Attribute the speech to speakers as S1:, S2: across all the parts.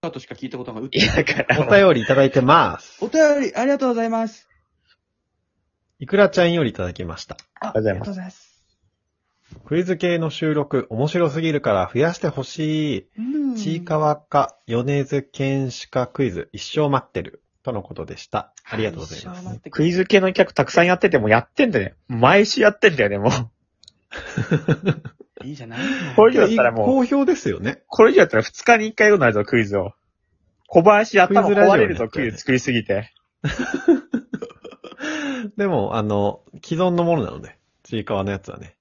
S1: カーとしか聞いたことがうっ
S2: いや、だから、
S3: お便りいただいてます。
S1: お便り、ありがとうございます。
S3: いくらちゃんよりいただきました。
S1: あ
S2: ありがとうございます
S1: ざいます。
S3: クイズ系の収録、面白すぎるから増やしてほしい。
S1: うん
S3: ちいかわか、米津玄師かクイズ、一生待ってる。とのことでした。ありがとうございます。
S2: クイズ系の客たくさんやっててもやってんだよね。毎週やってんだよね、もう。
S1: いいじゃない
S2: こういうのだったらもう
S3: 好評ですよね。
S2: これ以上やったら2日に1回ぐらいになるぞ、クイズを。小林頭
S3: クイズラジオ
S2: 壊れるぞ、
S3: になっちゃう
S2: ク
S3: ね
S2: イズ作りすぎて。
S3: でも、あの、既存のものなので、ちいかわのやつはね。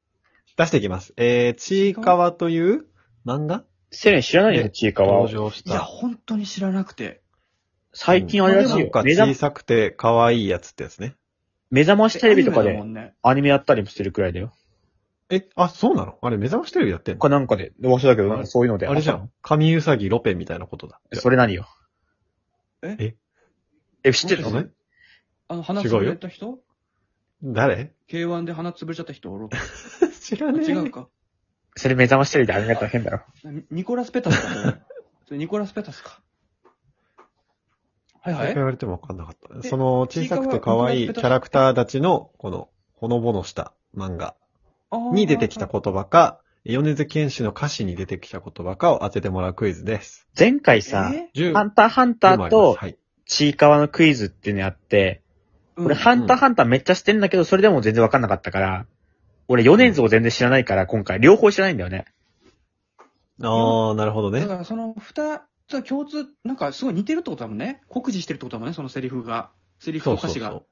S3: 出していきます。えー、ちいかわという漫画
S2: セレン知らないよ、ちいか
S3: 登
S2: わ。
S3: 場し
S1: いや、
S3: た。
S1: 本当に知らなくて。
S2: 最近あれらし
S3: ないん
S2: よ
S3: か。
S2: 目
S3: 小
S2: 覚
S3: さくて可愛いやつってやつね。
S2: 目覚ましテレビとか
S1: アニメだ
S2: で
S1: もんね
S2: アニメやったりもしてるくらいだよ。
S3: え、あ、そうなのあれ、目覚ましテレビやってん
S2: こ
S3: の
S2: れなんかで、忘れだけど、なんかそういうので。
S3: あれじゃん。神うさぎロペみたいなことだ。
S2: それ何よ。
S1: え
S3: え
S2: え、知ってる
S3: 知ら
S2: の
S3: ない
S1: あの、鼻つぶれた人
S3: 誰
S1: ?K1 で鼻つぶれちゃった 人おろう。
S3: 知ら
S1: あ違
S3: ね
S1: うか。
S2: それ目覚ましテレビであれやったら変だろ。
S1: ニニコラスペタスかそれ。それニコラスペタスか。はい
S3: え。
S1: は
S3: そう
S1: い
S3: 言。われてもわかんなかった。
S1: で
S3: その小さくて可愛いキャラクターたちの、この、ほのぼのした漫画
S1: あー
S3: に出てきた言葉か、米津玄師の歌詞に出てきた言葉かを当ててもらうクイズです。
S2: 前回さ、
S1: え
S3: 10
S2: ハンターハンターと、
S3: はい。
S2: ちいかわのクイズっていうのやって、
S1: うん
S2: 俺、ハンターハンターめっちゃ知ってんだけど、それでも全然わかんなかったから、俺、ヨネズを全然知らないから、今回、両方知らないんだよね。
S3: あー、なるほど
S1: だ
S3: ね
S1: か。らその二つは共通、なんかすごい似てるってことだもんね。酷似してるってことだもんね、そのセリフが。セリフ
S3: そ
S1: と
S3: うそ
S1: 歌
S3: う
S1: 詞
S3: そ
S1: が。
S3: う。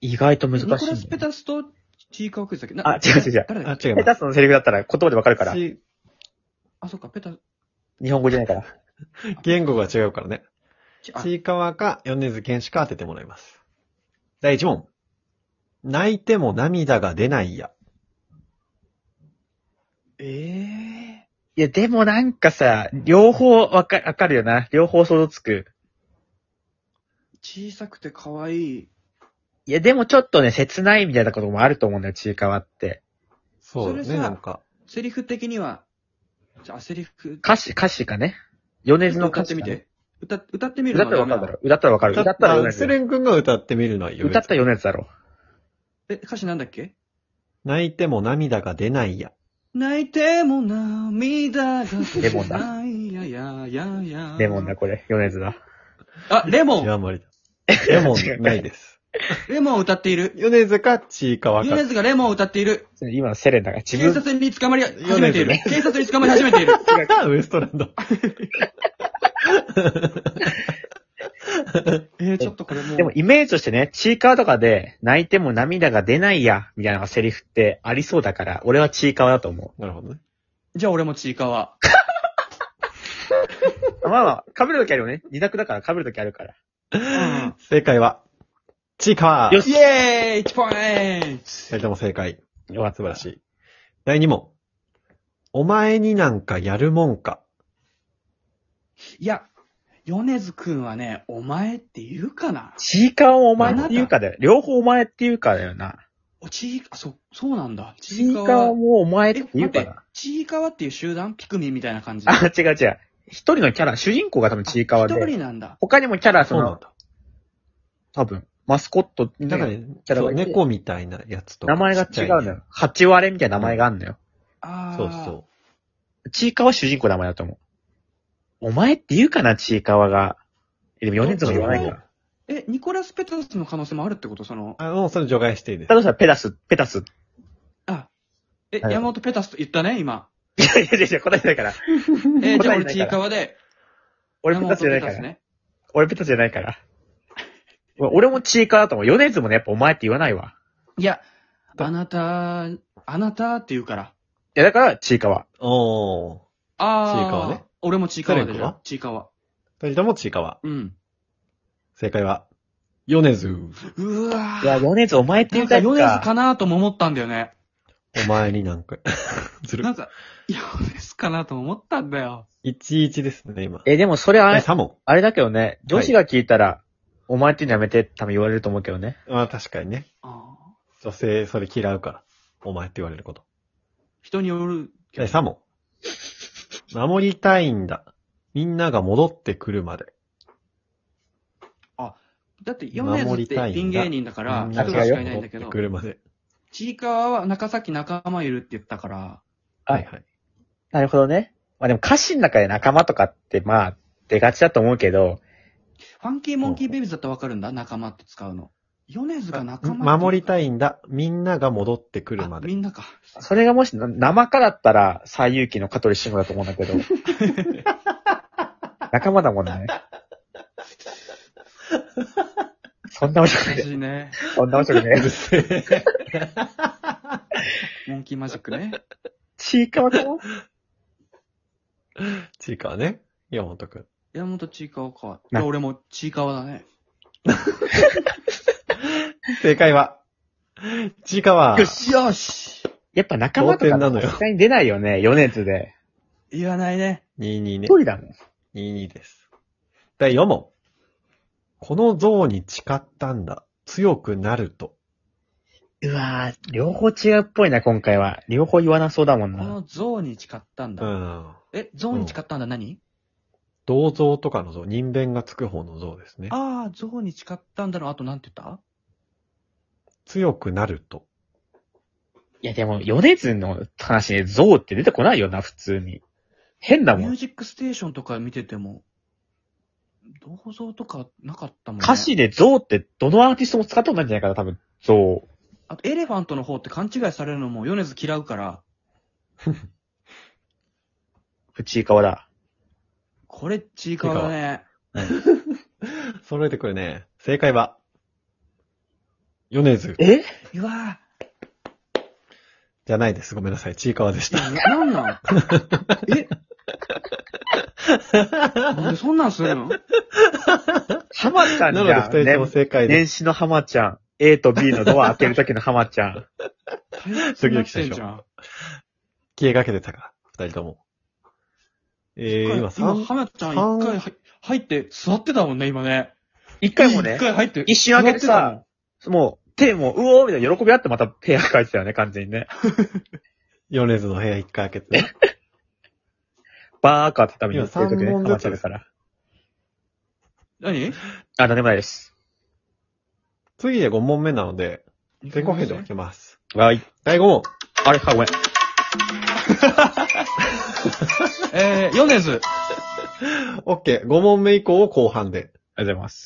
S2: 意外と難しいん
S1: ニ
S2: だ
S1: コ
S2: よ
S1: ラ
S2: ね、
S1: ス・ペタスとチーカークイズだっけな
S2: あ違う違う違う
S1: 誰だ
S3: あ
S1: っ、け
S3: 違い
S2: ペ
S3: ま
S2: タ
S3: す。
S2: スのセリフだったら言葉でわかるから。
S3: し
S1: あ、そっか、ペタス。
S2: 日本語じゃないから。
S3: 言語が違うからね。
S1: あ
S3: ちいかわか、米津玄師か当ててもらいます。第1問。泣いても涙が出ないや。
S1: ええ
S2: いや、でもなんかさ、両方わかわかるよな。両方想像つく。
S1: 小さくて可愛い。
S2: いや、でもちょっとね、切ないみたいなこともあると思うんだよ、ちいかわって。
S3: そうだ
S1: それ
S3: ね、
S1: さ
S3: なんか。
S1: セリフ的には、じゃあ、セリフ、
S2: 歌詞、歌詞かね。ヨネズの
S1: 歌
S2: 歌
S1: って
S2: 詞
S1: み
S2: かね、
S1: て。歌っ、歌ってみる
S2: 歌ったらわかるだろ。歌ったらわかる。歌ったらヨネズ
S3: セ。レン君が歌ってみるのはよ
S2: 歌ったらヨネズだろ。
S1: え、歌詞なんだっけ
S3: 泣いても涙が出ないや。
S1: 泣いても涙が出
S2: レモンだ
S1: ないやややや。
S2: レモンだ、。これ。ヨネズだ。
S1: あ、レモン
S3: 極まりだ。レモ
S2: 違う
S3: ンないです。
S1: レモンを歌っている。
S3: 米津かちいかわか。
S1: 米津がレモンを歌っている。
S2: それ今のセレンだから、自
S1: 警
S2: 分
S1: 察に捕まり始めている
S3: 米。
S1: 警察に捕まり始めている。
S3: ウエストランド。
S1: えー、ちょっとこれもう。
S2: でもイメージとしてね、チーカーとかで泣いても涙が出ないや、みたいなセリフってありそうだから、俺はチーカーだと思
S3: なるほどね。
S1: じゃあ俺もちいか わ。
S2: う。まあまあ、被るときあるよね。二択だから被るときあるから。
S1: うん
S3: 正解は、ちいかわ。
S2: よ
S3: し。
S2: し
S1: イェーイ !1 ポイン
S3: 二人とも正解。
S2: よか
S3: 素晴らしい。第2問。お前になんかやるもんか。
S1: トいや、米津くんはね、お前って言うかな
S2: チーカーをお前っていうかだよ。両方お前っていうかだよな。
S1: おちい、あ、そう、そうなんだ。
S2: チーカー
S1: は
S2: もお前っ
S1: え、
S2: て
S1: 待
S2: いう
S1: っ
S2: か
S1: て
S2: な。、
S1: ちいかわっていう集団ピクミンみたいな感じ。
S2: あ、違う違う。一人のキャラ、主人公が多分チーカー
S1: 一
S2: で。
S1: 人なんだ。
S2: 他にもキャラ、そ
S3: そうなん
S2: の、
S3: だ。
S2: 多分、マスコット、
S3: だからね、
S2: キャラ
S3: そ
S2: が
S3: う
S2: いて
S3: 猫みたいなやつとか。
S2: 名前が
S3: ちっち
S2: 違
S3: ゃ
S2: う
S3: い
S2: のよ。八割れみたいな名前があるのよ。
S1: ああ。
S3: そうそう。
S2: ちいかわ主人公の名前だと思う。お前って言うかな、ちいかわが。え、でも米津も言わないから。
S1: え、ニコラス・ペタスの可能性もあるってことその、
S3: あの、それ除外していいです
S2: だ。としたらペダス、ペタス。い
S1: あ、え、
S2: はい
S1: 山本ペタスと言ったね、今。
S2: やいやいやいや、答えてないから。
S1: えーじゃあ
S2: 答
S1: 俺
S2: えない
S1: ち
S2: から
S1: いかわで、
S2: 俺ペ
S1: 山
S2: タ
S1: 本
S2: スじゃな
S1: ペ
S2: いか
S1: タス
S2: ら。
S1: ね。
S2: 俺ペタスじゃないから。俺もちいかわだと思う。米津もね、やっぱお前って言わないわ。
S1: いや、あなた、あなたって言うから。
S2: いや、だから、ちいかわ。
S3: おー。
S1: ああ。
S3: ちいかわね。
S1: 俺もちいかわでし
S3: セレン君は
S1: ょ。ちいかわ。
S3: 二人ともちいかわ。
S1: うん。
S3: 正解は、米津。
S1: うわ
S2: いや、
S1: ー
S2: 米津お前って
S1: な
S2: 言うん
S1: か
S2: タイ
S1: ヨ
S2: プ
S1: ネズ
S2: か。
S1: かなとも思ったんだよね。
S3: お前になんか。 ずる
S1: な。んか、ヨネズかなとも思ったんだよ。
S3: 11ですね、今。
S2: え、でもそれあ
S3: 第
S2: れ、
S3: 3問。
S2: あれだけどね、女子が聞いたら、お前って言うのやめてって多分言われると思うけどね。
S3: まあ確かにね。
S1: あー
S3: 女性、それ嫌うから。お前って言われること。
S1: 人によるけ
S3: 第
S1: ど。
S3: 3問。守りたいんだ。みんなが戻ってくるまで。
S1: だって、米津ってピン芸人だから、
S3: みん
S2: な
S1: 一
S2: が
S1: 人し
S2: 違うよ
S1: かいないんだけ
S3: 戻
S1: ど
S3: って、くるまで。
S1: ちいかわは中崎仲間いるって言ったから、
S3: はいはい。
S2: なるほどね。まあでも歌詞の中で仲間とかってまあ、出がちだと思うけど、
S1: ファンキーモンキーベイビーズだったらわかるんだ仲間って使うの。米津が仲間
S3: 守りた
S1: い
S3: いんだ。みんなが戻ってくるまで
S1: み。んなか。
S2: それがもしな生かだったら、最有機の香取慎吾だと思うんだ けど。仲間だもんね。そんな面白く
S1: 難
S2: ね
S1: しいね。
S2: え。そんな面白く
S3: う
S2: ね
S3: るせえ。
S1: モンキーマジックね。
S2: え。ちいかわかな
S3: ちいかわね。山本くん。
S1: 山本ちいかわか。い
S2: な
S1: や、俺もちいかわだね。
S3: 正解は、ちいかわ
S2: よ。
S1: しよし
S2: やっぱ仲間と
S3: 同点なの
S2: か、
S3: よ
S2: 絶対に出ないよね、米津で。
S1: 言わないね。
S3: 22
S2: 一。
S3: ね
S2: 人だもん。
S3: 22です。第4問。この像に誓ったんだ。強くなると。
S2: うわぁ、両方違うっぽいな、今回は。両方言わなそうだもん
S1: こ
S2: な。
S1: の像に誓ったん
S3: う
S1: だ。
S3: ん。
S1: え、像に誓ったんだ何
S3: 銅像とかの像、人弁がつく方の像ですね。
S1: ああ、像に誓ったんだの、あとなんて言った
S3: 強くなると。
S2: いやでも、米津の話で象って出てこないよな、普通に。変だ
S1: ミ
S2: も
S1: ュー
S2: ん。
S1: ジックステーションとか見てても、銅像とかなかったもんね。
S2: 歌詞で象ってどのアーティストも使ったことないんじゃないかな、多分、象。
S1: あと、エレファントの方って勘違いされるのも、米津嫌うから、
S2: ちいかわだ。
S1: これ、ちいかわだね。
S3: 揃えてくるね。正解は、米津
S2: え
S1: うわ
S3: じゃないです。ごめんなさい。ちいかわでし
S1: ぁ、い
S3: た。
S1: や、なんなんえなんでそんなんするの
S2: 浜ちゃ
S3: なんの
S2: じ
S3: で
S2: ゃん。
S3: 二人とも
S2: ね
S3: 正解です。
S2: 年始の浜ちゃん。A と B のドア開けるときの浜ちゃん。
S1: 大切になってんじゃん。
S3: 消えかけてたから、二人とも。えー、今
S1: 今、
S3: 三
S1: 浜ちゃん
S3: 三
S1: 一回入入って、座ってたもんね、今ね。
S2: 一回もね
S1: 一、回入って。
S2: 一瞬開けてさ、もう、手もう、うおーみたいな喜びあってまたペア書いてたよね、完全にね。
S3: 米津の部屋一回開けて。
S2: バーカーってために言ってるときね、
S3: 今三本
S2: 浜
S3: ずつ
S2: ちゃんだから。
S1: 座ってたもん。何
S2: あ、なんでもないです。
S3: 次で5問目なので、前後編で分
S1: ね
S3: けます。
S2: はい。
S3: 第5問。
S2: あれ、はごめん。
S1: えー、米津。
S3: OK。5問目以降を後半で。
S2: ありがとうございます。